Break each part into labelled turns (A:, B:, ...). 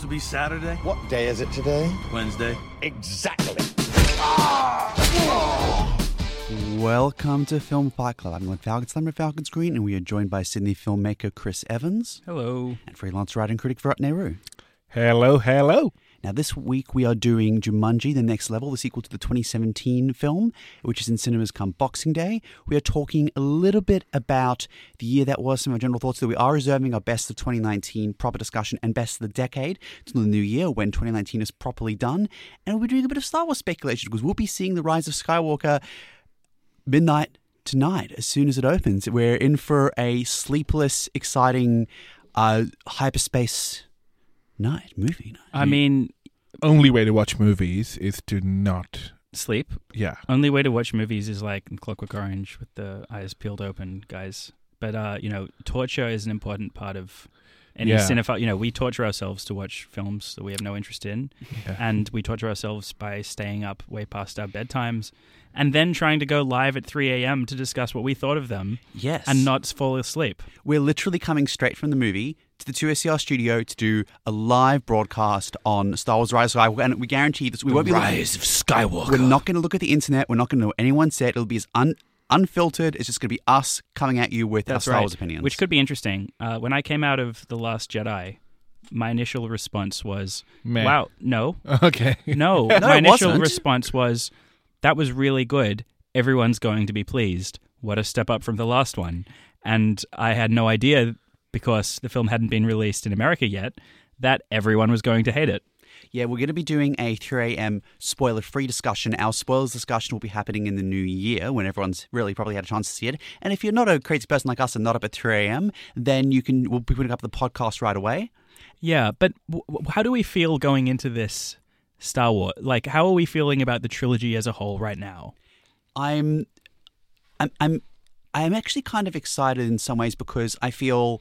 A: to be Saturday?
B: What day is it today?
A: Wednesday?
B: Exactly.
C: Welcome to Film Fight Club. I'm Glenn Falcon, Slammer Falcon Screen, and we are joined by Sydney filmmaker Chris Evans
D: Hello.
C: and freelance writer and critic Virat Nehru.
E: Hello, hello.
C: Now, this week we are doing Jumanji, The Next Level, the sequel to the 2017 film, which is in cinemas come Boxing Day. We are talking a little bit about the year that was, some of our general thoughts. So we are reserving our best of 2019 proper discussion and best of the decade to the new year when 2019 is properly done. And we'll be doing a bit of Star Wars speculation because we'll be seeing The Rise of Skywalker midnight tonight as soon as it opens. We're in for a sleepless, exciting uh, hyperspace night, movie night.
D: I mean,
E: Only way to watch movies is to not.
D: sleep.
E: Yeah.
D: Only way to watch movies is like Clockwork Orange with the eyes peeled open, guys. But uh, you know, torture is an important part of any
E: Yeah.
D: cinephile. You know, we torture ourselves to watch films that we have no interest in,
E: Yeah.
D: and we torture ourselves by staying up way past our bedtimes, and then trying to go live at 3 a.m. to discuss what we thought of them,
C: Yes.
D: and not fall asleep.
C: We're literally coming straight from the movie to the 2SCR studio to do a live broadcast on Star Wars Rise of Skywalker. And we guarantee this. We won't be Rise of Skywalker. We're not going to look at the internet. We're not going to know what anyone said. It'll be as un- unfiltered. It's just going to be us coming at you with our
D: That's
C: Star
D: right.
C: Wars opinions.
D: Which could be interesting. Uh, when I came out of The Last Jedi, my initial response was,
E: Meh.
D: wow, no.
E: Okay.
D: No,
C: it
D: my initial
C: wasn't.
D: response was, that was really good. Everyone's going to be pleased. What a step up from the last one. And I had no idea, because the film hadn't been released in America yet, that everyone was going to hate it.
C: Yeah, we're going to be doing a 3 a.m. spoiler free discussion. Our spoilers discussion will be happening in the new year when everyone's really probably had a chance to see it. And if you're not a crazy person like us and not up at 3 a.m., then you can, we'll be putting up the podcast right away.
D: Yeah, but w- w- how do we feel going into this Star Wars? Like, how are we feeling about the trilogy as a whole right now?
C: I'm, I'm, I'm, I'm actually kind of excited in some ways because I feel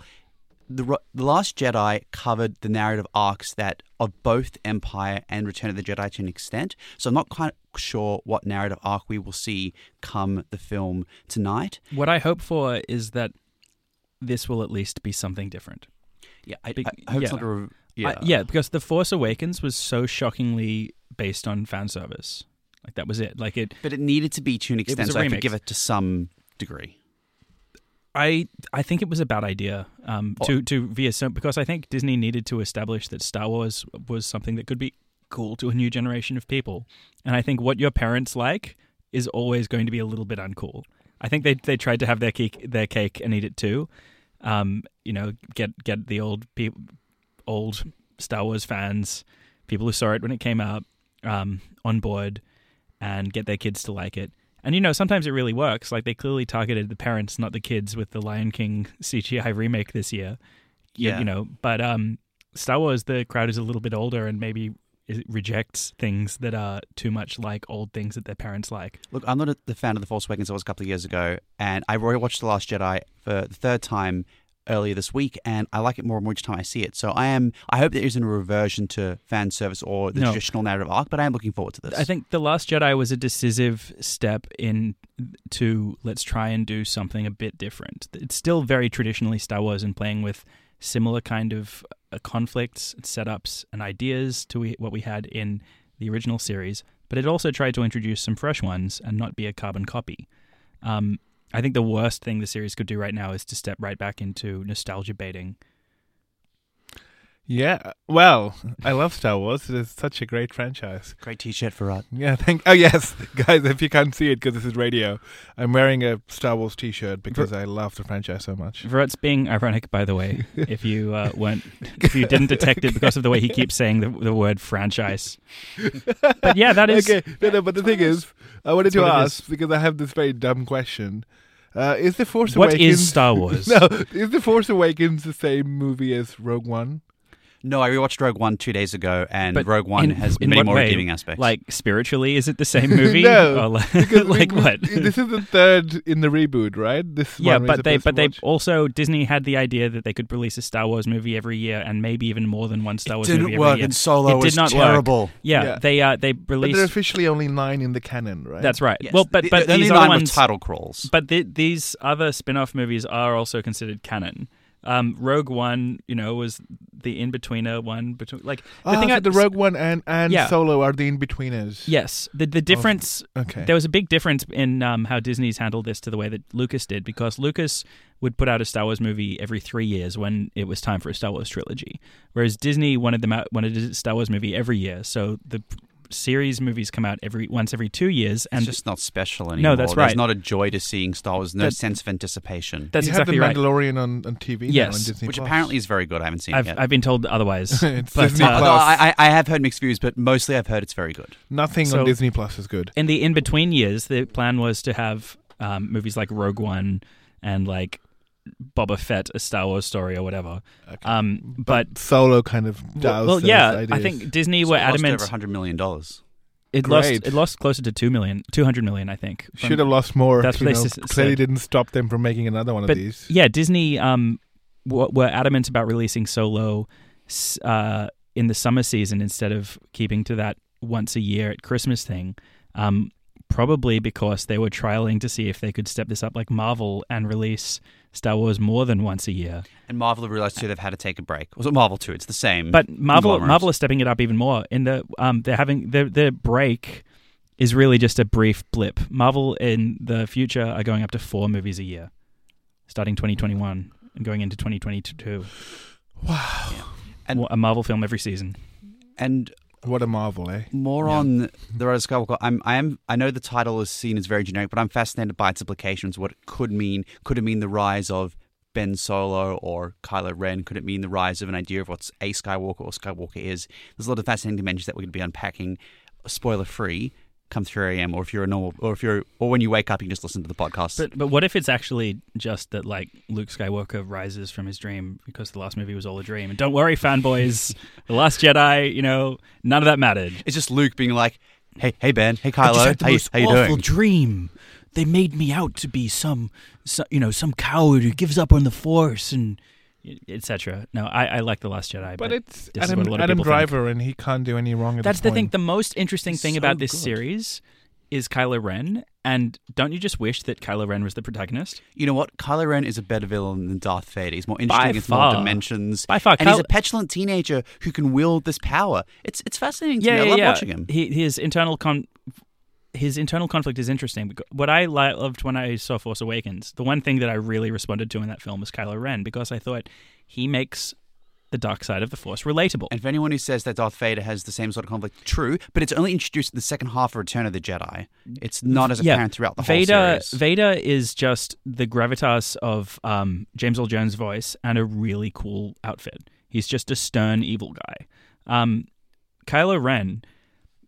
C: the Ro- the Last Jedi covered the narrative arcs that of both Empire and Return of the Jedi to an extent. So I'm not quite sure what narrative arc we will see come the film tonight.
D: What I hope for is that this will at least be something different.
C: Yeah, I,
D: Big-
C: I hope it's
D: yeah.
C: not a rev- yeah.
D: I- yeah, because The Force Awakens was so shockingly based on fan service. Like that was it. Like it
C: but it needed to be to an extent,
D: was a
C: so I could
D: remix.
C: give it to some degree.
D: I I think it was a bad idea um to to via some because I think Disney needed to establish that Star Wars was something that could be cool to a new generation of people. And I think what your parents like is always going to be a little bit uncool. I think they they tried to have their cake their cake and eat it too. Um, you know, get get the old people old Star Wars fans, people who saw it when it came out, um, on board and get their kids to like it. And you know, sometimes it really works. Like they clearly targeted the parents, not the kids, with the Lion King CGI remake this year. You-
C: Yeah.
D: you know. But um, Star Wars, the crowd is a little bit older and maybe it rejects things that are too much like old things that their parents like.
C: Look, I'm not a, the fan of The Force Awakens. I was a couple of years ago, and I rewatched The Last Jedi for the third time earlier this week, and I like it more and more each time I see it. So I am. I hope there isn't a reversion to fan service or the
D: No.
C: traditional narrative arc, but I am looking forward to this.
D: I think The Last Jedi was a decisive step in to let's try and do something a bit different. It's still very traditionally Star Wars and playing with similar kind of uh, conflicts, setups, and ideas to we, what we had in the original series, but it also tried to introduce some fresh ones and not be a carbon copy. Um, I think the worst thing the series could do right now is to step right back into nostalgia baiting.
E: Yeah. Well, I love Star Wars. It is such a great franchise.
C: great T-shirt for us.
E: Yeah. Thank. Oh yes, guys. If you can't see it because this is radio, I'm wearing a Star Wars T-shirt because I love the franchise so much.
D: Verrett's being ironic, by the way. If you uh, weren't, if you didn't detect it because of the way he keeps saying the, the word franchise. But yeah, that is.
E: okay. No, no. But the thing is, I wanted to
D: That's what it
E: ask because I have this very dumb question. Uh, is the Force
D: What
E: Awakens
D: is Star Wars?
E: no, is the Force Awakens the same movie as Rogue One?
C: No, I rewatched Rogue One two days ago, and
D: But
C: Rogue One
D: in-
C: has
D: in
C: many
D: what
C: more
D: way?
C: redeeming aspects.
D: Like spiritually, is it the same movie?
E: No,
D: Or like,
E: Because we-
D: like
E: we-
D: what?
E: This is the third in the reboot, right? This
D: yeah,
E: one we're
D: but they
E: supposed to
D: but they
E: watch.
D: also Disney had the idea that they could release a Star Wars movie every year and maybe even more than one Star Wars
C: didn't
D: movie every
C: work
D: year.
C: and Solo
D: it did
C: was
D: not work.
C: terrible.
D: Yeah,
E: Yeah.
D: they uh they
E: But they're
D: released.
E: officially only nine in the canon, right?
D: That's right.
C: Yes.
D: Well, but
C: The-
D: but
C: the only
D: these
C: nine
D: other
C: were
D: ones
C: title crawls.
D: But th- these other spin off movies are also considered canon. Um, Rogue One, you know, was the in betweener one between like the
E: Ah,
D: thing.
E: so
D: I,
E: the Rogue One and, and
D: Yeah.
E: Solo are the in betweeners.
D: Yes, the the difference
E: Oh, Okay.
D: there was a big difference in um, how Disney's handled this to the way that Lucas did, because Lucas would put out a Star Wars movie every three years when it was time for a Star Wars trilogy, whereas Disney wanted them out wanted a Star Wars movie every year. So the p- series movies come out every once every two years, and
C: it's just not special anymore.
D: No, that's
C: There's
D: right.
C: not a joy to seeing Star Wars. No
D: That-
C: sense of anticipation,
D: that's
E: you
D: exactly
E: have
D: right.
E: the Mandalorian on, on TV now
D: Yes,
E: on Disney
C: which
E: Plus.
C: apparently is very good. I haven't seen
D: I've
C: it yet.
D: I've been told otherwise.
E: It's
D: but,
E: Disney
D: uh,
C: Although
E: Plus.
C: I, I I have heard mixed views, but mostly I've heard it's very good.
E: Nothing
D: So-
E: on Disney Plus is good.
D: in the in between years, the plan was to have um, movies like Rogue One and like Boba Fett, a Star Wars story or whatever. Um, but
E: Solo kind of
D: well,
E: doused
D: well,
E: those
D: yeah, I
E: ideas.
D: think Disney
C: It's
D: were
C: lost
D: adamant.
C: over 100 million dollars.
D: It
E: Great.
D: lost it lost closer to two million, two hundred million, I think. from-
E: should have lost more.
D: um, That's
E: you
D: what
E: know,
D: they s-
E: clearly
D: said.
E: didn't stop them from making another one
D: But-
E: of these.
D: Yeah, Disney um were, were adamant about releasing Solo s- uh, in the summer season instead of keeping to that once a year at Christmas thing. Um, probably because they were trialing to see if they could step this up like Marvel and release Star Wars more than once a year.
C: And Marvel have realized too they've had to take a break. Was it Marvel too? It's the same.
D: But Marvel
C: conglomerate.
D: Marvel is stepping it up even more in the um they're having their their break is really just a brief blip. Marvel in the future are going up to four movies a year, starting 2021 and going into 2022.
C: And-
D: Wa- a Marvel film every season.
C: and
E: What a marvel, eh?
C: more on the Rise of Skywalker. I'm I am I know the title is seen as very generic, but I'm fascinated by its implications. What it could mean? Could it mean the rise of Ben Solo or Kylo Ren? Could it mean the rise of an idea of what's a Skywalker or Skywalker is? There's a lot of fascinating dimensions that we're going to be unpacking, spoiler free. Come 3 a.m. or if you're a normal, or if you're, or when you wake up, you can just listen to the podcast.
D: But but what if it's actually just that like Luke Skywalker rises from his dream because the last movie was all a dream? And don't worry, fanboys, the Last Jedi, you know, none of that mattered.
C: It's just Luke being like, "Hey, hey Ben, hey Kylo, how, you- how you doing?"
D: dream. They made me out to be some, so, you know, some coward who gives up on the Force and etc. No, I, I like the Last Jedi, but,
E: But it's
D: this is
E: Adam,
D: what a lot of
E: Adam
D: people think.
E: Driver, and he can't do any wrong. At
D: that's
E: this
D: the thing.
E: point.
D: The most interesting
C: He's
D: thing
C: so
D: about this
C: good.
D: series is Kylo Ren, and don't you just wish that Kylo Ren was the protagonist?
C: You know what? Kylo Ren is a better villain than Darth Vader. He's more interesting. It's
D: far.
C: more dimensions.
D: By far,
C: and he's
D: Kylo-
C: a petulant teenager who can wield this power. It's it's fascinating to me. I love watching him.
D: He, his internal con- his internal conflict is interesting. Because what I li- loved when I saw Force Awakens, the one thing that I really responded to in that film was Kylo Ren because I thought he makes the dark side of the Force relatable.
C: And for anyone who says that Darth Vader has the same sort of conflict, true, but it's only introduced in the second half of Return of the Jedi. It's not as apparent throughout the
D: Vader,
C: whole series.
D: Vader is just the gravitas of um, James Earl Jones' voice and a really cool outfit. He's just a stern evil guy. Um, Kylo Ren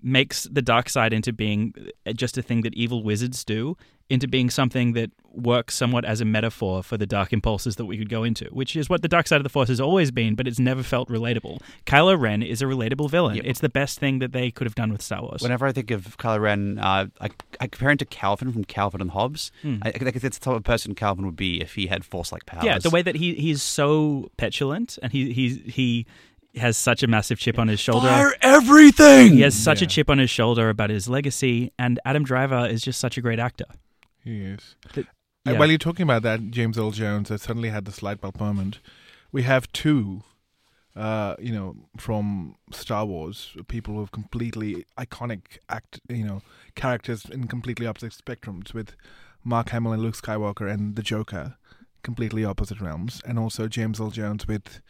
D: makes the dark side into being uh, just a thing that evil wizards do, into being something that works somewhat as a metaphor for the dark impulses that we could go into, which is what the dark side of the force has always been, but it's never felt relatable. Kylo Ren is a relatable villain.
C: Yep.
D: It's the best thing that they could have done with Star Wars.
C: Whenever I think of Kylo Ren, uh, I, I compare him to Calvin from Calvin and Hobbes. I, I think that's the type of person Calvin would be if he had force-like powers.
D: Hmm. Yeah, the way that he he's so petulant and he he he has such a massive chip on his shoulder.
C: fire everything.
D: He has such a
E: Yeah.
D: chip on his shoulder about his legacy, and Adam Driver is just such a great actor.
E: Yes.
D: The-
E: Uh,
D: yeah.
E: While you're talking about that, James Earl Jones, I suddenly had this light bulb moment. We have two, uh, you know, from Star Wars, people who have completely iconic act, you know, characters in completely opposite spectrums with Mark Hamill and Luke Skywalker and the Joker, completely opposite realms, and also James Earl Jones with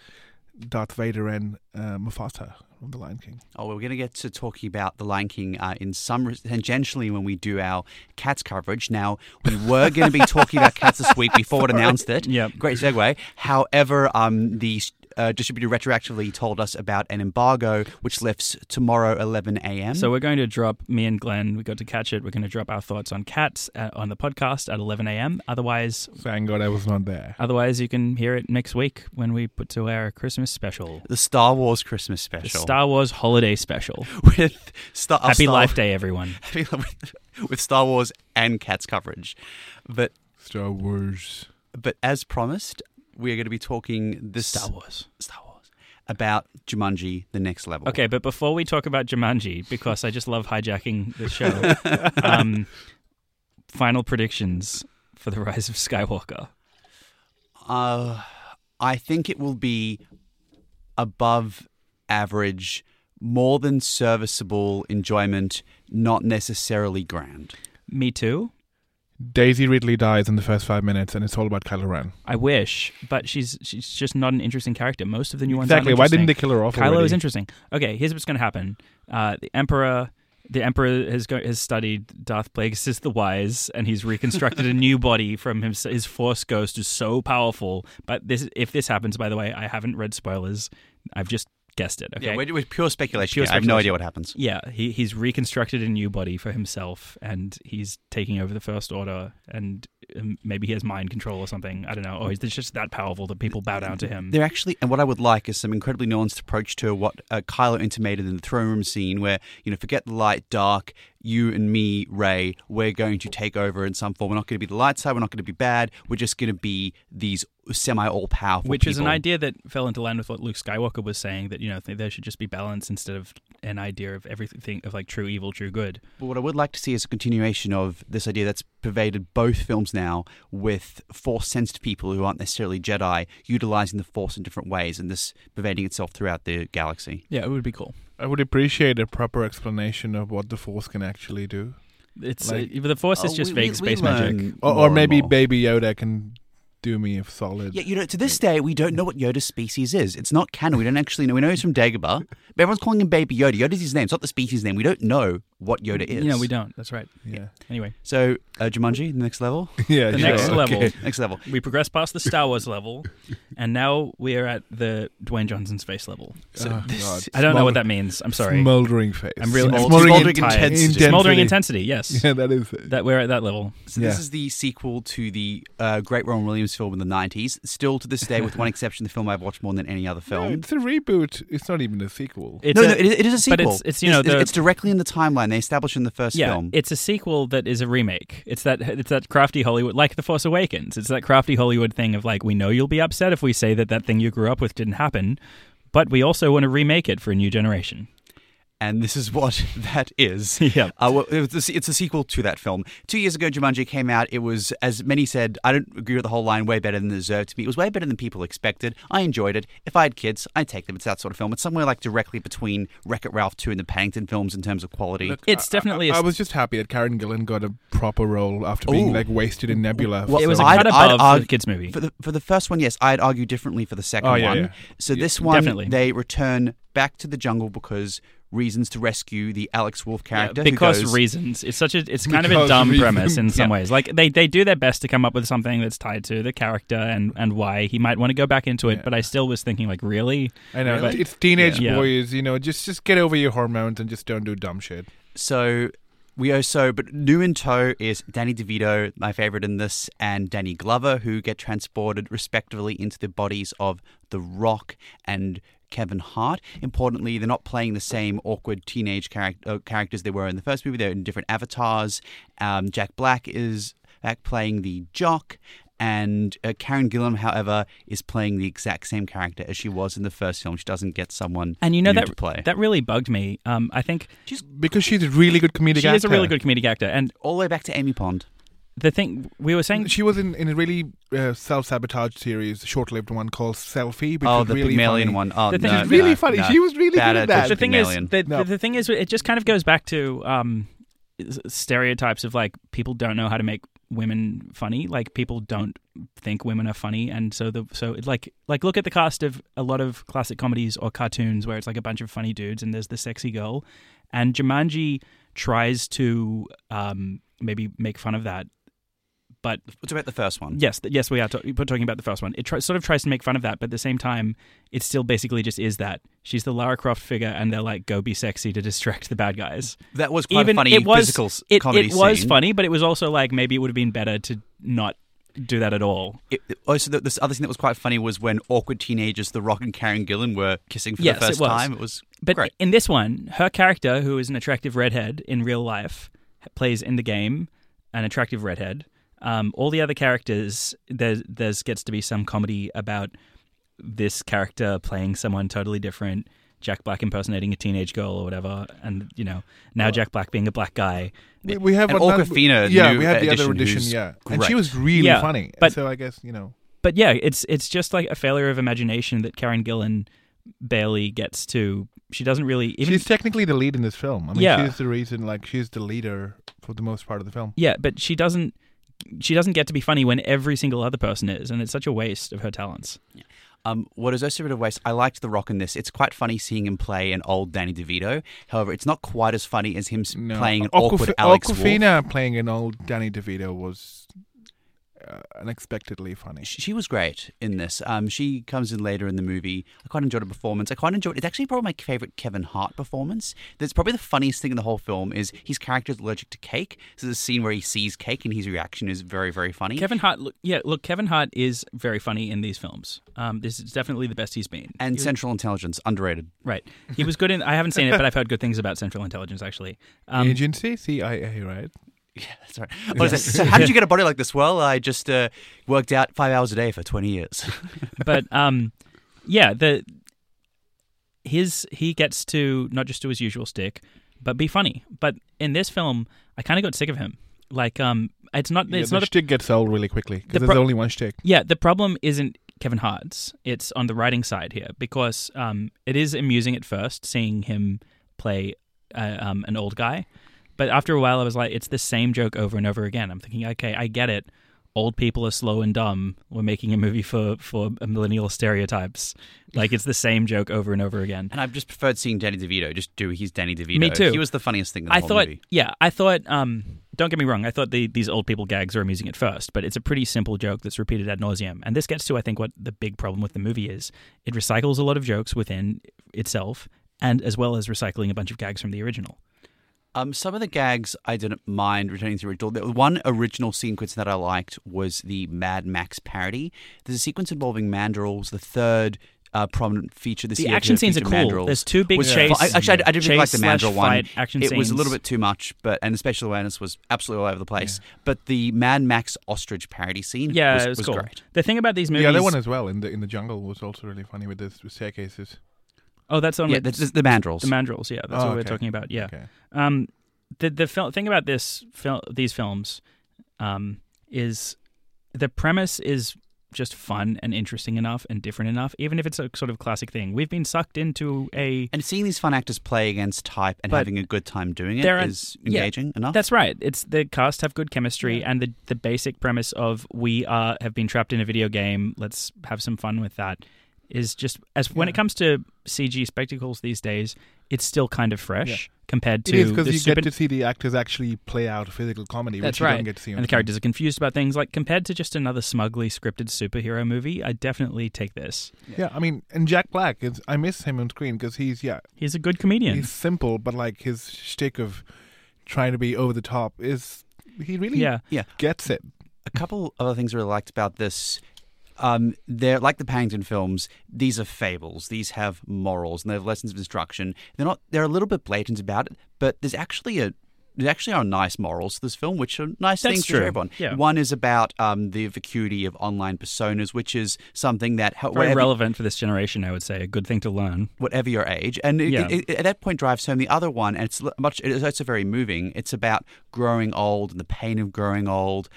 E: Darth Vader and uh, Mufasa from The Lion King.
C: Oh, we're going to get to talking about The Lion King uh, in some res- tangentially when we do our cats coverage. Now, we were going to be talking about cats this week. We forward announced it.
D: Yep.
C: Great segue. However, um, the uh, distributor retroactively told us about an embargo which lifts tomorrow 11 a.m.
D: So we're going to drop me and Glenn. We got to catch it. We're going to drop our thoughts on Cats uh, on the podcast at 11 a.m. Otherwise,
E: Thank God I was not there.
D: otherwise you can hear it next week when we put to our Christmas special,
C: the Star Wars Christmas
D: the
C: special
D: Star Wars holiday special.
C: with Star uh,
D: Happy
C: Star-
D: Life Day, everyone!
C: Happy Life- with Star Wars and cats coverage. But
E: Star Wars.
C: but as promised, we are going to be talking this
D: Star Wars.
C: Star Wars about Jumanji: The Next Level.
D: Okay, but before we talk about Jumanji, because I just love hijacking the show, um, final predictions for the Rise of Skywalker.
C: Uh, I think it will be above average, more than serviceable enjoyment, not necessarily grand.
D: Me too.
E: Daisy Ridley dies in the first five minutes, and it's all about Kylo Ren.
D: I wish, but she's she's just not an interesting character. Most of the new ones
E: Exactly.
D: aren't
E: Why didn't
D: interesting.
E: they kill her off?
D: Kylo
E: already?
D: is interesting. Okay, here's what's going to happen. Uh, the emperor, the emperor has go- has studied Darth Plagueis the Wise, and he's reconstructed a new body from him. His Force Ghost is so powerful. But this, if this happens, by the way, I haven't read spoilers. I've just guessed it. Okay.
C: Yeah, it was pure speculation.
D: Pure
C: Yeah, I have no
D: speculation.
C: idea what happens.
D: Yeah, he he's reconstructed a new body for himself, and he's taking over the First Order, and um, maybe he has mind control or something. I don't know. Or he's just that powerful that people bow down to him.
C: They're actually, and what I would like is some incredibly nuanced approach to what uh, Kylo intimated in the throne room scene, where you know, forget the light, dark. You and me, Ray, we're going to take over in some form. We're not going to be the light side. We're not going to be bad. We're just going to be these semi-all powerful.
D: which is an idea that fell into line with what Luke Skywalker was saying that you know th- there should just be balance instead of an idea of everything of like true evil, true good.
C: But what I would like to see is a continuation of this idea that's pervaded both films now with force sensed people who aren't necessarily Jedi utilizing the force in different ways and this pervading itself throughout the galaxy.
D: Yeah, it would be cool.
E: I would appreciate a proper explanation of what the Force can actually do,
D: It's
E: Like-
D: uh, the Force is
C: Oh,
D: just
C: we-
D: vague
C: we- we
D: space
C: learn
D: magic.
E: or,
C: more
E: or
C: and
E: maybe
C: more.
E: Baby Yoda can do me a solid.
C: Yeah, you know, to this day, we don't know what Yoda's species is. It's not canon. We don't actually know. We know he's from Dagobah. But everyone's calling him Baby Yoda. Yoda's his name. It's not the species name. We don't know what Yoda is.
D: You know, we don't. That's right.
E: yeah,
D: Anyway,
C: So, uh, Jumanji, the next level?
E: yeah.
D: the
E: sure.
D: next
E: Okay.
D: level.
C: next level.
D: We progress past the Star Wars level, and now we're at the Dwayne Johnson space level.
E: So Oh, this- God.
D: I don't know
E: Smol-
D: what that means. I'm sorry.
E: Smoldering face.
D: I'm really
C: Smol-
D: smoldering,
C: smoldering
D: intensity.
C: intensity.
D: Smoldering intensity. Yes,
E: Yeah, that is it.
D: that we're at that level.
C: So
E: Yeah.
C: this is the sequel to the uh, great Ron Williams film in the 90s. Still to this day, with one exception, the film I've watched more than any other
E: No,
C: film.
E: it's a reboot. It's not even a sequel.
D: It's
C: no,
D: a-
C: no, it is, it is a sequel.
D: but it's- it's, you know, the-
C: it's directly in the timeline they established in the first
D: yeah,
C: film.
D: it's a sequel that is a remake. It's that it's that crafty Hollywood, like The Force Awakens. It's that crafty Hollywood thing of like, we know you'll be upset if we say that that thing you grew up with didn't happen, but we also want to remake it for a new generation.
C: and this is what that is.
D: Yeah.
C: Uh, well, it was a, it's a sequel to that film. Two years ago, Jumanji came out. It was, as many said, I don't agree with the whole line, way better than it deserved to be. It was way better than people expected. I enjoyed it. If I had kids, I'd take them. It's that sort of film. It's somewhere like directly between Wreck It Ralph 2 and the Paddington films in terms of quality.
E: Look,
D: It's
E: I- I-
D: definitely a-
E: I, was just happy that Karen Gillan got a proper role after being
C: Ooh.
E: like wasted in Nebula.
C: Well,
D: It was a
C: I'd-
D: cut
C: I'd
D: above
C: argue-
D: the kids' movie.
C: For the, for the first one, yes, I'd argue differently for the second
E: Oh, yeah,
C: one.
E: yeah.
C: So this one,
D: definitely.
C: they return back to the jungle because reasons to rescue the Alex Wolf character. who
D: because
C: goes-
D: reasons. It's such a it's kind of a
E: Because
D: dumb
E: reasons.
D: premise in some
C: Yeah.
D: ways. Like they, they do their best to come up with something that's tied to the character and, and why he might want to go back into it,
E: Yeah.
D: but I still was thinking like, really?
E: I know
D: Really?
E: it's teenage
D: Yeah.
E: boys. You know, just just get over your hormones and just don't do dumb shit.
C: So we also, but new in tow is Danny DeVito, my favorite in this, and Danny Glover, who get transported respectively into the bodies of The Rock and Kevin Hart. Importantly, they're not playing the same awkward teenage charac- uh, characters they were in the first movie. They're in different avatars. Um, Jack Black is back playing the jock. And uh, Karen Gillan, however, is playing the exact same character as she was in the first film. She doesn't get someone
D: And you know
C: new
D: that
C: to play.
D: that really bugged me. Um, I think
E: Because she's a really good comedic
D: she
E: actor.
D: is a really good comedic actor, and
C: All the way back to Amy Pond.
D: the thing we were saying
E: She was in, in a really uh, self sabotage series, short lived one called Selfie. Which
C: Oh,
E: was
C: the
E: really
C: Pygmalion
E: funny.
C: one. Oh,
D: The thing
C: no,
D: is
C: no,
E: really funny.
C: no.
E: She was really
C: Bad
E: good at that.
D: the
C: Dutch
D: thing is,
C: Pygmalion.
D: the,
E: No.
D: the thing is, it just kind of goes back to um, s- stereotypes of like people don't know how to make women funny. Like people don't think women are funny, and so the so it, like like look at the cast of a lot of classic comedies or cartoons where it's like a bunch of funny dudes and there's the sexy girl, and Jumanji tries to um, maybe make fun of that, but
C: What's about the first one?
D: Yes, th- yes, we are ta- we're talking about the first one. It try- sort of tries to make fun of that, but at the same time, it still basically just is that she's the Lara Croft figure, and they're like, "Go be sexy" to distract the bad guys.
C: That was quite a funny
D: it was
C: physical s-
D: it,
C: comedy
D: it was
C: scene.
D: funny, but it was also like maybe it would have been better to not do that at all.
C: It, it- also, the, this other thing that was quite funny was when awkward teenagers, The Rock and Karen Gillan, were kissing for
D: Yes,
C: the first
D: it was.
C: time. It was
D: But
C: great.
D: in this one, her character, who is an attractive redhead in real life, plays in the game an attractive redhead. Um, all the other characters, there's, there's gets to be some comedy about this character playing someone totally different. Jack Black impersonating a teenage girl or whatever, and you know now Jack Black being a black guy.
E: We, we have
C: And
E: another-
C: Awkwafina,
E: Yeah,
C: new
E: we had the other
C: addition
E: edition.
C: who's
E: Yeah, and
C: great.
E: she was really
D: Yeah,
E: funny.
D: but-
E: so I guess you know
D: but yeah, it's it's just like a failure of imagination that Karen Gillan barely gets to. She doesn't really even
E: she's technically the lead in this film. I mean,
D: Yeah.
E: she's the reason. Like, she's the leader for the most part of the film.
D: yeah, but she doesn't she doesn't get to be funny when every single other person is, and it's such a waste of her talents.
C: Um, what is also a bit of a waste, I liked The Rock in this. It's quite funny seeing him play an old Danny DeVito. However, it's not quite as funny as him s- playing an
E: Aquaf-
C: awkward Alex Wolff.
E: Aquafina playing an old Danny DeVito was uh, unexpectedly funny.
C: Sh- She was great in this. Um, she comes in later in the movie. I quite enjoyed her performance. I quite enjoyed. It's actually probably my favorite Kevin Hart performance. That's probably the funniest thing in the whole film is his character is allergic to cake. So there's a scene where he sees cake and his reaction is very very funny.
D: Kevin Hart, look, yeah, look, Kevin Hart is very funny in these films. Um, this is definitely the best he's been.
C: and Central Intelligence underrated.
D: Right, he was good in. I haven't seen it, but I've heard good things about Central Intelligence actually. Um,
E: Agency CIA, right?
C: Yeah, that's right. What is that? So how did you get a body like this? Well, I just uh, worked out five hours a day for twenty years.
D: but um, yeah, the his he gets to not just do his usual stick, but be funny. But in this film, I kind of got sick of him. Like, um, it's not
E: Yeah,
D: it's
E: the
D: not a
E: shtick gets old really quickly
D: The
E: because there's
D: pro-
E: only one shtick.
D: Yeah, the problem isn't Kevin Hart's. It's on the writing side here because um, it is amusing at first seeing him play uh, um, an old guy. But after a while, I was like, it's the same joke over and over again. I'm thinking, okay, I get it. Old people are slow and dumb. We're making a movie for, for millennial stereotypes. Like, it's the same joke over and over again.
C: And I've just preferred seeing Danny DeVito just do his Danny DeVito.
D: Me too.
C: He was the funniest thing. In the
D: I
C: whole
D: thought,
C: movie.
D: yeah, I thought. Um, don't get me wrong, I thought the, these old people gags are amusing at first, but it's a pretty simple joke that's repeated ad nauseum. And this gets to, I think, what the big problem with the movie is: it recycles a lot of jokes within itself, and as well as recycling a bunch of gags from the original.
C: Um, some of the gags I didn't mind returning to the original. The one original sequence that I liked was the Mad Max parody. There's a sequence involving mandrels, the third uh, prominent feature this
D: The
C: year.
D: action
C: to
D: scenes are
C: feature
D: cool.
C: mandrels
D: There's two big
C: was
D: chase-
C: fu- I- actually, I, I did really like
D: chase
C: the
D: slash
C: mandrel one.
D: fight action
C: it was a little
D: scenes.
C: bit too much, but and the spatial awareness was absolutely all over the place. But the Mad Max ostrich parody scene,
D: Yeah,
C: was,
D: it was,
C: was
D: cool.
C: great.
D: The thing about these movies,
E: The other one as well in the in the jungle was also really funny with this with staircases.
D: oh, that's on
C: yeah,
D: with
C: that's just the mandrels.
D: the mandrels. Yeah, that's
E: Oh,
D: what we're
E: okay.
D: talking about. Yeah.
E: Okay.
D: Um, the the fil- thing about this fil- these films, um, is the premise is just fun and interesting enough and different enough, even if it's a sort of classic thing. We've been sucked into a.
C: and seeing these fun actors play against type and
D: But
C: having a good time doing it
D: there are-
C: is
D: yeah,
C: engaging enough.
D: That's right. It's the cast have good chemistry, and the the basic premise of we are have been trapped in a video game. Let's have some fun with that. Is just as when it comes to CG spectacles these days, it's still kind of fresh compared
E: It
D: to
E: is because
D: the
E: you
D: super-
E: get to see the actors actually play out physical comedy,
D: That's
E: which you
D: right.
E: don't get to see. on
D: and the
E: film.
D: characters are confused about things. Like compared to just another smugly scripted superhero movie, I definitely take this.
E: Yeah, I mean, and Jack Black is. I miss him on screen because he's yeah,
D: He's a good comedian.
E: he's simple, but like his shtick of trying to be over the top is he really
D: yeah,
C: yeah.
E: gets it.
C: a couple other things I really liked about this. Um, they're like the Paddington films. These are fables. These have morals and they have lessons of instruction. They're not. They're a little bit blatant about it, but there's actually a. There actually are nice morals to this film, which are nice
D: That's
C: things
D: true.
C: to everyone.
D: Yeah.
C: One is about um, the vacuity of online personas, which is something that ho-
D: very
C: whatever-
D: relevant for this generation. I would say a good thing to learn.
C: whatever your age. And it,
D: Yeah.
C: it, it- at that point drives home the other one, and it's l- much. It's also very moving. It's about growing old and the pain of growing old.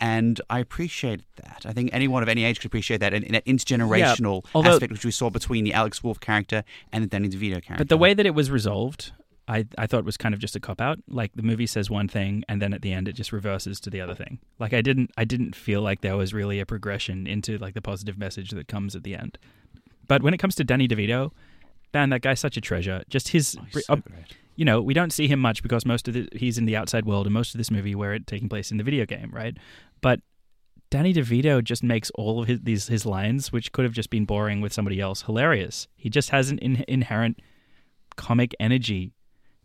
C: And I appreciate that. I think anyone of any age could appreciate that, and, and that intergenerational
D: although-
C: aspect which we saw between the Alex Wolf character and the Danny DeVito character.
D: But the way that it was resolved, I I thought was kind of just a cop out. Like the movie says one thing, and then at the end it just reverses to the other thing. Like I didn't I didn't feel like there was really a progression into like the positive message that comes at the end. But when it comes to Danny DeVito, man, that guy's such a treasure. Just his
C: Oh, he's
D: uh,
C: so great.
D: you know, we don't see him much because most of the he's in the outside world and most of this movie where it taking place in the video game, right? But Danny DeVito just makes all of his these his lines, which could have just been boring with somebody else, hilarious. He just has an in, inherent comic energy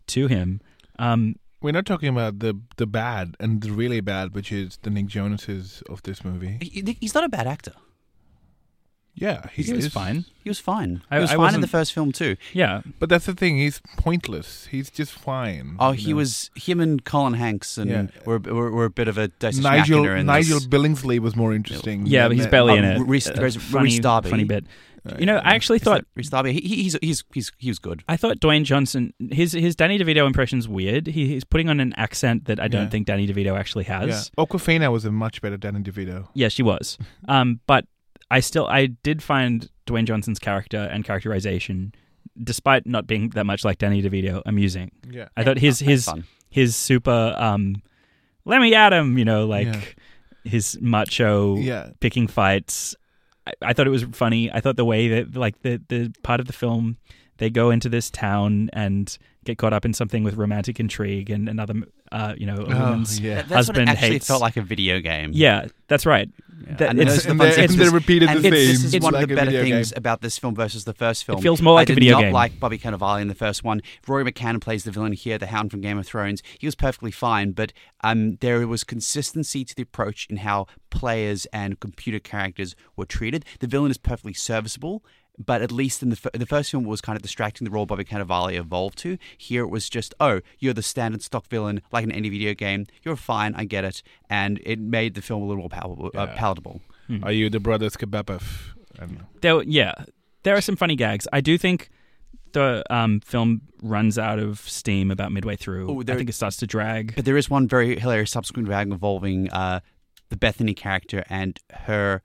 D: to him. Um,
E: We're not talking about the the bad and the really bad, which is the Nick Jonas's of this movie.
C: He- he- he's not a bad actor.
E: Yeah, he,
D: he was
E: is.
D: fine.
C: He was fine.
D: I-
C: he was
D: I
C: fine in
D: wasn't-
C: the first film too.
D: Yeah,
E: But that's the thing; he's pointless. He's just fine.
C: Oh,
E: you
C: he
E: know.
C: was him and Colin Hanks, and
E: Yeah.
C: were, were, were a bit of a dose of
E: Nigel.
C: schmackiner in
E: Nigel
C: this.
E: Billingsley was more interesting.
D: yeah,
E: than
D: but he's
E: that.
D: barely
C: uh,
D: in it.
C: Reese-
D: Uh,
C: Reese
D: funny,
C: Darby.
D: funny bit. You know, I actually
C: Is that
D: thought
C: Reese Darby? He, he- he's he's he's he was good.
D: I thought Dwayne Johnson his his Danny DeVito impression's weird. He, he's putting on an accent that I don't
E: Yeah. Oh,
D: think Danny DeVito actually has.
E: Yeah. Aquafina was a much better Danny DeVito.
D: Yeah, she was. Um, but I still I did find Dwayne Johnson's character and characterization, despite not being that much like Danny DeVito, amusing.
E: Yeah.
D: I thought his his
C: Eh, fun.
D: his super um, let me at him, you know, like
E: Yeah.
D: his macho
E: Yeah.
D: picking fights. I, I thought it was funny. I thought the way that like the the part of the film they go into this town and get caught up in something with romantic intrigue and another uh, you know a
E: Oh,
D: woman's-
E: yeah.
C: That- that's what it
D: Husband
C: actually
D: hates-
C: felt like a video game.
D: yeah, that's right.
C: Yeah.
D: That-
C: and
D: it's-
C: those are the
E: And
C: fun
E: they- and
C: sequences.
E: they repeated
C: And
E: the
C: it's-
E: same.
C: This is
E: It's
C: one
E: like
C: of the
E: a
C: better
E: video game.
C: things about this film versus the first film.
D: feels more like
C: I did
D: a video
C: not
D: game.
C: like Bobby Cannavale in the first one. Rory McCann plays the villain here, the Hound from Game of Thrones. He was perfectly fine, but um, there was consistency to the approach in how players and computer characters were treated. The villain is perfectly serviceable. But at least in the, f- the first film was kind of distracting the role Bobby Cannavale evolved to. Here it was just, oh, you're the standard stock villain, like in any video game. You're fine, I get it. And it made the film a little more palpable, uh,
E: Yeah.
C: palatable.
E: Are you the brothers Kebabov? And
D: there yeah there are some funny gags i do think the um, film runs out of steam about midway through
C: Oh, there-
D: i think it starts to drag
C: But there is one very hilarious subsequent gag involving uh, the Bethany character and her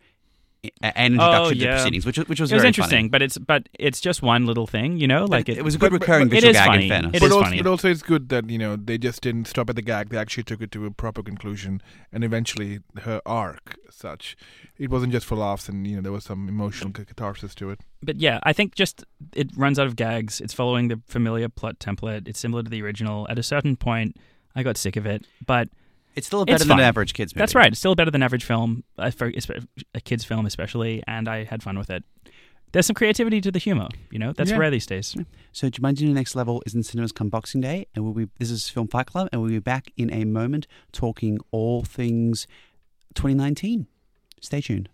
C: a- an introduction
D: Oh,
C: to the
D: yeah.
C: proceedings, which which was
D: it was
C: very
D: interesting
C: funny.
D: but it's but it's just one little thing you know
C: But
D: like
C: it,
D: it,
C: was a good
E: but- but-
C: recurring
E: but-
C: visual
D: it is
C: gag.
D: funny.
C: In fairness,
D: It
E: but
D: is
E: also,
D: funny.
E: but also, it's good that you know they just didn't stop at the gag. They actually took it to a proper conclusion, and eventually her arc, as such, it wasn't just for laughs, and you know there was some emotional
C: Mm.
E: ca- catharsis to it.
D: but yeah i think just it runs out of gags it's following the familiar plot template it's similar to the original at a certain point i got sick of it but
C: it's still
D: It's
C: better than an
D: fine.
C: average kids movie.
D: that's right it's still better than average film uh, for espe- a kids film especially and i had fun with it there's some creativity to the humor you know that's
E: Yeah.
D: rare these days
C: So Jumanji: The Next Level is in cinemas come Boxing Day, and we'll be this is Film Fight Club, and we'll be back in a moment talking all things 2019. Stay tuned.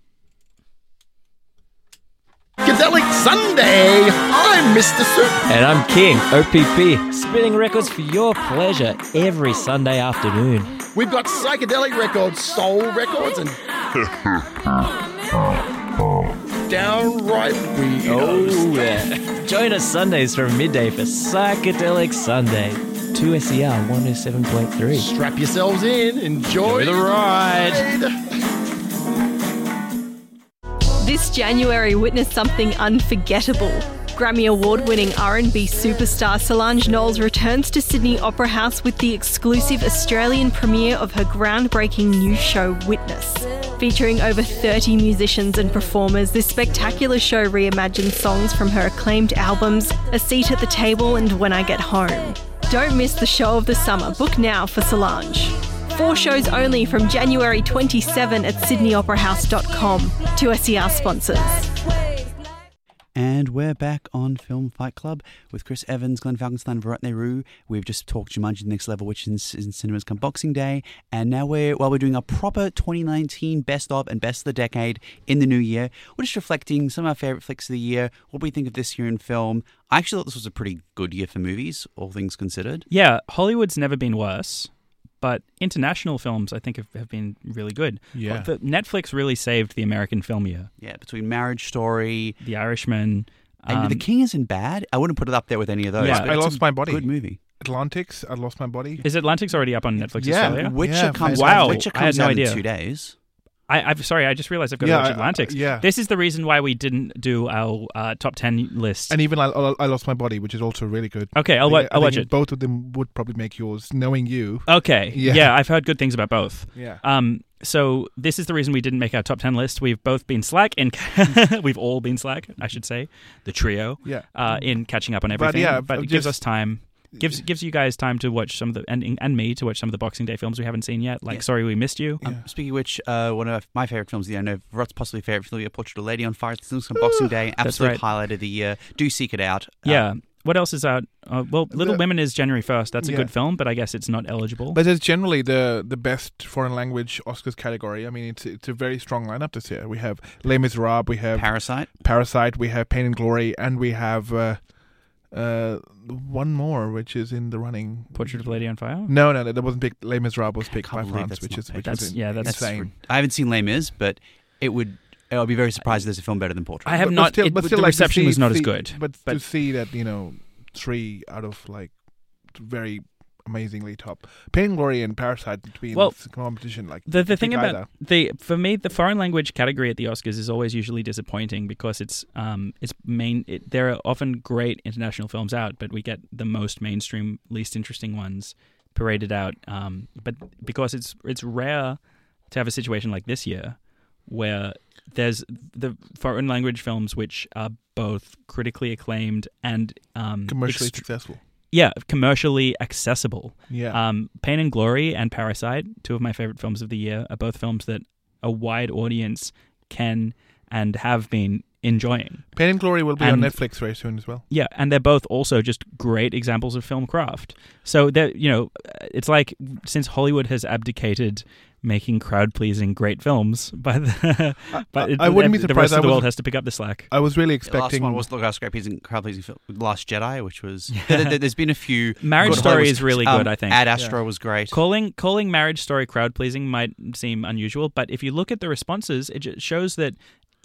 A: Psychedelic Sunday. I'm Mr. Soup.
F: And I'm King, OPP, spinning records for your pleasure every Sunday afternoon.
A: We've got psychedelic records, soul records, and downright weird.
F: Oh, yeah. Join us Sundays from midday for Psychedelic Sunday. 2SER 107.3.
A: Strap yourselves in. Enjoy
F: the ride.
G: This January witnessed something unforgettable. Grammy award-winning R&B superstar Solange Knowles returns to Sydney Opera House with the exclusive Australian premiere of her groundbreaking new show Witness. Featuring over 30 musicians and performers, this spectacular show reimagines songs from her acclaimed albums A Seat at the Table and When I Get Home. Don't miss the show of the summer. Book now for Solange. Four shows only from January 27 at sydneyoperahouse.com. 2SER E sponsors.
C: And we're back on Film Fight Club with Chris Evans, Glenn Falkenstein, Virat Nehru. We've just talked Jumanji The Next Level, which is in, is in cinemas come Boxing Day. And now we're, while we're doing our proper 2019 best of and best of the decade in the new year, we're just reflecting some of our favourite flicks of the year, what we think of this year in film. I actually thought this was a pretty good year for movies, all things considered.
D: Yeah, Hollywood's never been worse, but international films I think have, have been really good.
E: Yeah.
D: The- Netflix really saved the American film year.
C: Yeah, between Marriage Story
D: The Irishman.
C: and
D: um,
C: The King isn't bad. I wouldn't put it up there with any of those.
D: Yeah.
C: but
E: I
C: it's a
E: lost my body.
C: Good movie.
E: Atlantics, I lost my body.
D: is Atlantic's already up on Netflix
E: Yeah.
D: Australia?
C: Witcher
E: Yeah,
C: comes,
D: wow.
C: Witcher
D: I had
C: comes
D: no
C: out in
D: idea.
C: two days.
D: I, I'm sorry, I just realized I've got
E: Yeah,
D: to
E: I-
D: watch
E: I-
D: Atlantic's.
E: yeah.
D: This is the reason why we didn't do our uh, top ten list.
E: And even I, I I lost my body, which is also really good.
D: okay,
E: I
D: I'll,
E: think-
D: wa-
E: I
D: I'll
E: think
D: watch it.
E: Both of them would probably make yours, knowing you.
D: Okay.
E: Yeah.
D: Yeah. I've heard good things about both.
E: Yeah.
D: Um, so this is the reason we didn't make our top ten list. We've both been slack in we've all been slack, I should say, the trio.
E: Yeah.
D: Uh, in catching up on everything.
E: Mm. yeah,
D: but it
E: I'm
D: gives
E: just-
D: us time. Gives gives you guys time to watch some of the and and me to watch some of the Boxing Day films we haven't seen yet. Like,
C: Yeah.
D: sorry we missed you.
C: Um, speaking of which, uh, one of my favorite films of the year, I know Rod's possibly favorite film, of the year, Portrait of a Lady on Fire at the Cinemas on Boxing Day, absolute
D: right.
C: highlight of the year. Do seek it out. Uh,
D: yeah. What else is out? Uh, well, Little
E: The-
D: Women is January first. That's a
E: Yeah.
D: good film, but I guess it's not eligible.
E: But it's generally the the best foreign language Oscars category. I mean, it's it's a very strong lineup this year. We have Les Miserables, we have
C: Parasite.
E: Parasite, we have Pain and Glory, and we have uh, uh, one more, which is in the running.
D: Portrait of a Lady on Fire.
E: No, no, no, that wasn't picked. Les Miserables was picked
C: can't
E: by
C: believe
E: France,
C: that's
E: which
C: not
E: is which
C: picked.
E: was
D: That's-
E: in,
D: yeah, that's-
E: insane.
C: I haven't seen Les Mis, but it would. I'll be very surprised if there's a film better than Portrait.
D: I have
E: But- but
D: not.
E: still-
D: it-
E: but still,
D: the
E: like, to
D: reception
E: see-
D: was not as
E: see-
D: good.
E: But, to
D: but-
E: see that you know three out of like very amazingly top. Pain and Glory and Parasite to be in
D: Well,
E: this competition. Like
D: The, the
E: pick
D: thing about
E: either.
D: the for me the foreign language category at the Oscars is always usually disappointing because it's um it's main it, there are often great international films out but we get the most mainstream least interesting ones paraded out um but because it's it's rare to have a situation like this year where there's the foreign language films which are both critically acclaimed and um
E: commercially
D: ext-
E: successful.
D: yeah commercially accessible
E: Yeah,
D: um, Pain and Glory and Parasite, two of my favorite films of the year, are both films that a wide audience can and have been enjoying.
E: Pain and Glory will be on
D: and-
E: Netflix very soon as well.
D: Yeah, and they're both also just great examples of film craft. So that you know, it's like since Hollywood has abdicated making crowd pleasing great films, by the but
E: I- I wouldn't be
D: the
E: surprised.
D: rest of
E: I
D: the world
E: was-
D: has to pick up the slack.
E: I was really
C: The last
E: expecting.
C: one was the last great piece in crowd pleasing film, Last Jedi, which was there, there, has been a few.
D: Marriage
C: good
D: Story
C: Hollywood- Um,
D: is really good, I think.
C: Ad Astra was great.
D: Calling calling Marriage Story crowd pleasing might seem unusual, but if you look at the responses, it ju- shows that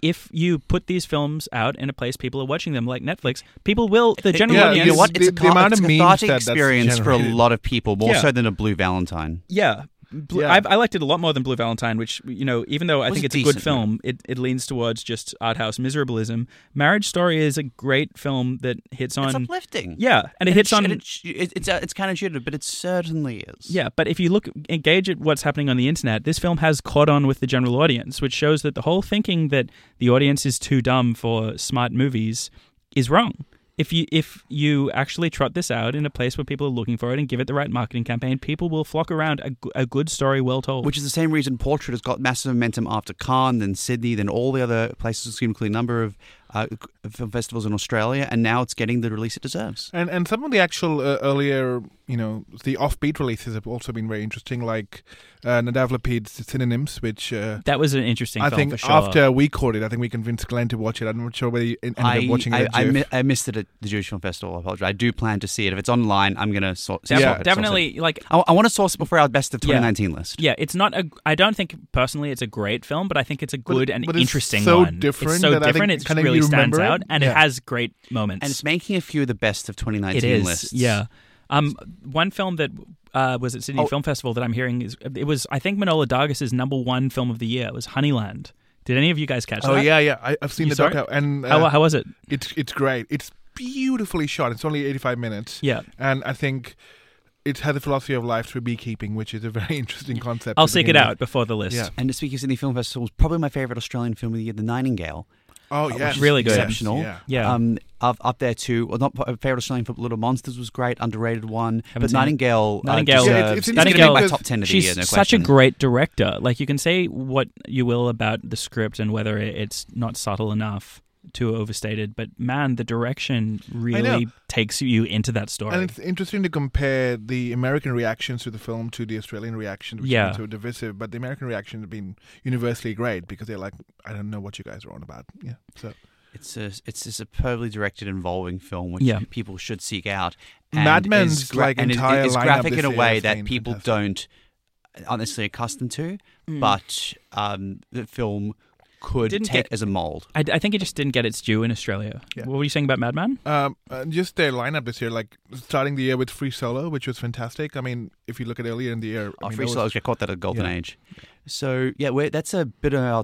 D: if you put these films out in a place people are watching them, like Netflix, people will. The general
E: yeah,
D: audience,
E: you know what?
C: It's
E: The-
C: a,
E: the
C: ca-
E: amount
C: it's a
E: of memes
C: cathartic
E: that that's
C: experience for a
E: generated.
C: lot of people, more
D: Yeah.
C: so than a Blue Valentine.
D: yeah. Bl-
E: Yeah.
D: I've, I liked it a lot more than Blue Valentine, which you know, even though I
C: Was
D: think
C: a
D: it's a good
C: decent
D: film, it, it leans towards just art house miserablism. Marriage Story is a great film that hits on
C: It's uplifting.
D: yeah, and it hits
C: sh-
D: on
C: it sh- it- it's uh, it's counterintuitive, but it certainly is.
D: Yeah, but if you look engage at what's happening on the internet, this film has caught on with the general audience, which shows that the whole thinking that the audience is too dumb for smart movies is wrong. If you if you actually trot this out in a place where people are looking for it and give it the right marketing campaign, people will flock around a, g- a good story well told.
C: Which is the same reason Portrait has got massive momentum after Cannes, then Sydney, then all the other places, including a number of uh, film festivals in Australia, and now it's getting the release it deserves.
E: And and some of the actual uh, earlier, you know, the offbeat releases have also been very interesting, like uh, Nadav Lapid's Synonyms, which uh,
D: that was an interesting
E: I
D: film
E: think
D: for sure.
E: after we caught it, I think we convinced Glenn to watch it. I'm not sure whether you en- ended
C: I,
E: up watching
C: I,
E: it.
C: I,
E: Jeff.
C: mi- I missed it at the Jewish Film Festival. I apologize. I do plan to see it. If it's online, I'm going to sort,
D: Def-
E: Yeah.
C: swap it,
D: definitely like
C: swap it. I, I want to source it before our best of
D: Yeah.
C: 2019 list.
D: yeah, it's not a. I don't think personally it's a great film, but I think it's a good and
E: but it's
D: interesting
E: so
D: one.
E: different
D: it's so
E: that I think-
D: different. It just
E: kind of
D: really
E: you
D: stands
E: remember it.
D: out, and it
E: Yeah.
D: has great moments.
C: And it's making a few of the best of 2019
D: It is,
C: lists.
D: yeah. Um, one film that uh, was at Sydney
C: Oh.
D: Film Festival that I'm hearing is it was I think Manola Dargis's number one film of the year was Honeyland. Did any of you guys catch
E: Oh
D: that?
E: yeah, yeah. I, I've seen
D: You
E: the
D: saw it?
E: doco, and uh,
D: How, how was it?
E: it's it's great. It's beautifully shot. It's only 85 minutes.
D: Yeah.
E: and I think it had the philosophy of life through beekeeping, which is a very interesting concept.
D: I'll
E: to
D: seek it
E: begin
D: out
E: with.
D: before the list.
E: Yeah.
C: And speaking of Sydney Film Festival, was probably my favorite Australian film of the year, The Nightingale.
E: Oh yeah,
D: really good.
C: Exceptional.
E: Yeah.
D: Yeah.
C: Um, up, up there too. Well, not my favorite Australian film. Little Monsters was great, underrated one.
D: Haven't
C: but
D: seen it.
C: Nightingale,
D: Nightingale-
C: uh,
D: Yeah,
E: it's-
C: deserves,
E: it's
C: Nightingale,
D: interesting
C: my
E: because
C: top ten of the
D: She's
C: year. No
D: such a
C: question.
D: great director. Like you can say what you will about the script and whether it's not subtle enough, too overstated, but man, the direction really takes you into that story.
E: And it's interesting to compare the American reactions to the film to the Australian reaction, which
D: Yeah.
E: has been so divisive. But the American reaction has been universally great because they're like, I don't know what you guys are on about. Yeah. So
C: It's a it's a superbly directed, involving film which
D: Yeah.
C: people should seek out.
E: Mad Men's,
C: is gra-
E: like,
C: and is-
E: entire
C: is
E: lineup
C: graphic
E: this
C: in a
E: year
C: way
E: has
C: that
E: been
C: people
E: fantastic.
C: don't aren't necessarily accustomed to, but um, the film could
D: Mm. Didn't
C: take
D: get-
C: as a mold.
D: I, I think it just didn't get its due in Australia.
E: Yeah.
D: What were you saying about Madman?
E: Um, uh, just their lineup this year, like starting the year with Free Solo, which was fantastic. I mean, if you look at earlier in the year, I
C: Oh,
E: mean, that
C: free
E: was-
C: solos, I caught that at Golden
E: yeah.
C: Age. So yeah, we're, that's a bit of our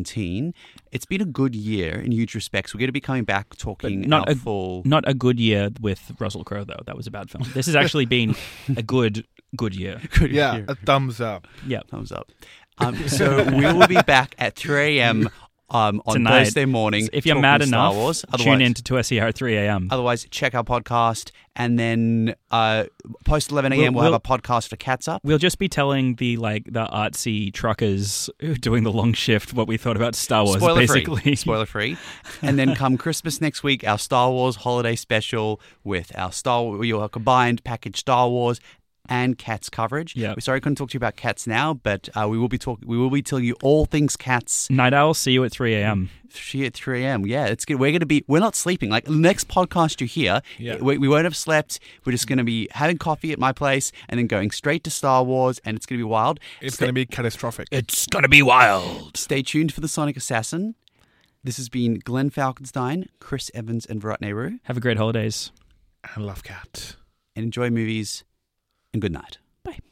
C: 2019. It's been a good year in huge respects. We're going to be coming back talking
D: not
C: our
D: a-
C: full.
D: Not a good year with Russell Crowe, though. That was a bad film. This has actually been a good, good year.
C: good
E: yeah,
C: year.
E: a thumbs up.
D: Yeah.
C: thumbs up. Um, so we will be back at 3 a.m. Um, on
D: Tonight.
C: Thursday morning.
D: If you're
C: talking
D: mad
C: Star
D: enough,
C: Wars.
D: tune in to 2SER at 3 a.m.
C: Otherwise, check our podcast and then uh, post 11 a.m. We'll,
D: We'll-
C: have
D: we'll-
C: a podcast for Cats Up.
D: We'll just be telling the like the artsy truckers who are doing the long shift what we thought about Star Wars,
C: Spoiler
D: basically.
C: free. Spoiler free. and then come Christmas next week, our Star Wars holiday special with our Star your combined package Star Wars and cats coverage.
D: Yeah.
C: We're sorry I couldn't talk to you about cats now, but uh, we will be talking we will be telling you all things cats
D: Night Owl, see you at 3 a.m.
C: She at 3 a.m. Yeah, it's good. We're going to be, we're not sleeping. Like, the next podcast you hear,
E: Yeah.
C: we, we won't have slept. We're just going to be having coffee at my place and then going straight to Star Wars, and it's going to be wild.
E: It's going to be catastrophic.
D: It's gonna be wild.
C: Stay tuned for the Sonic Assassin. This has been Glenn Falkenstein, Chris Evans, and Virat Nehru.
D: Have a great holidays.
E: I love cats.
C: And enjoy movies and good night.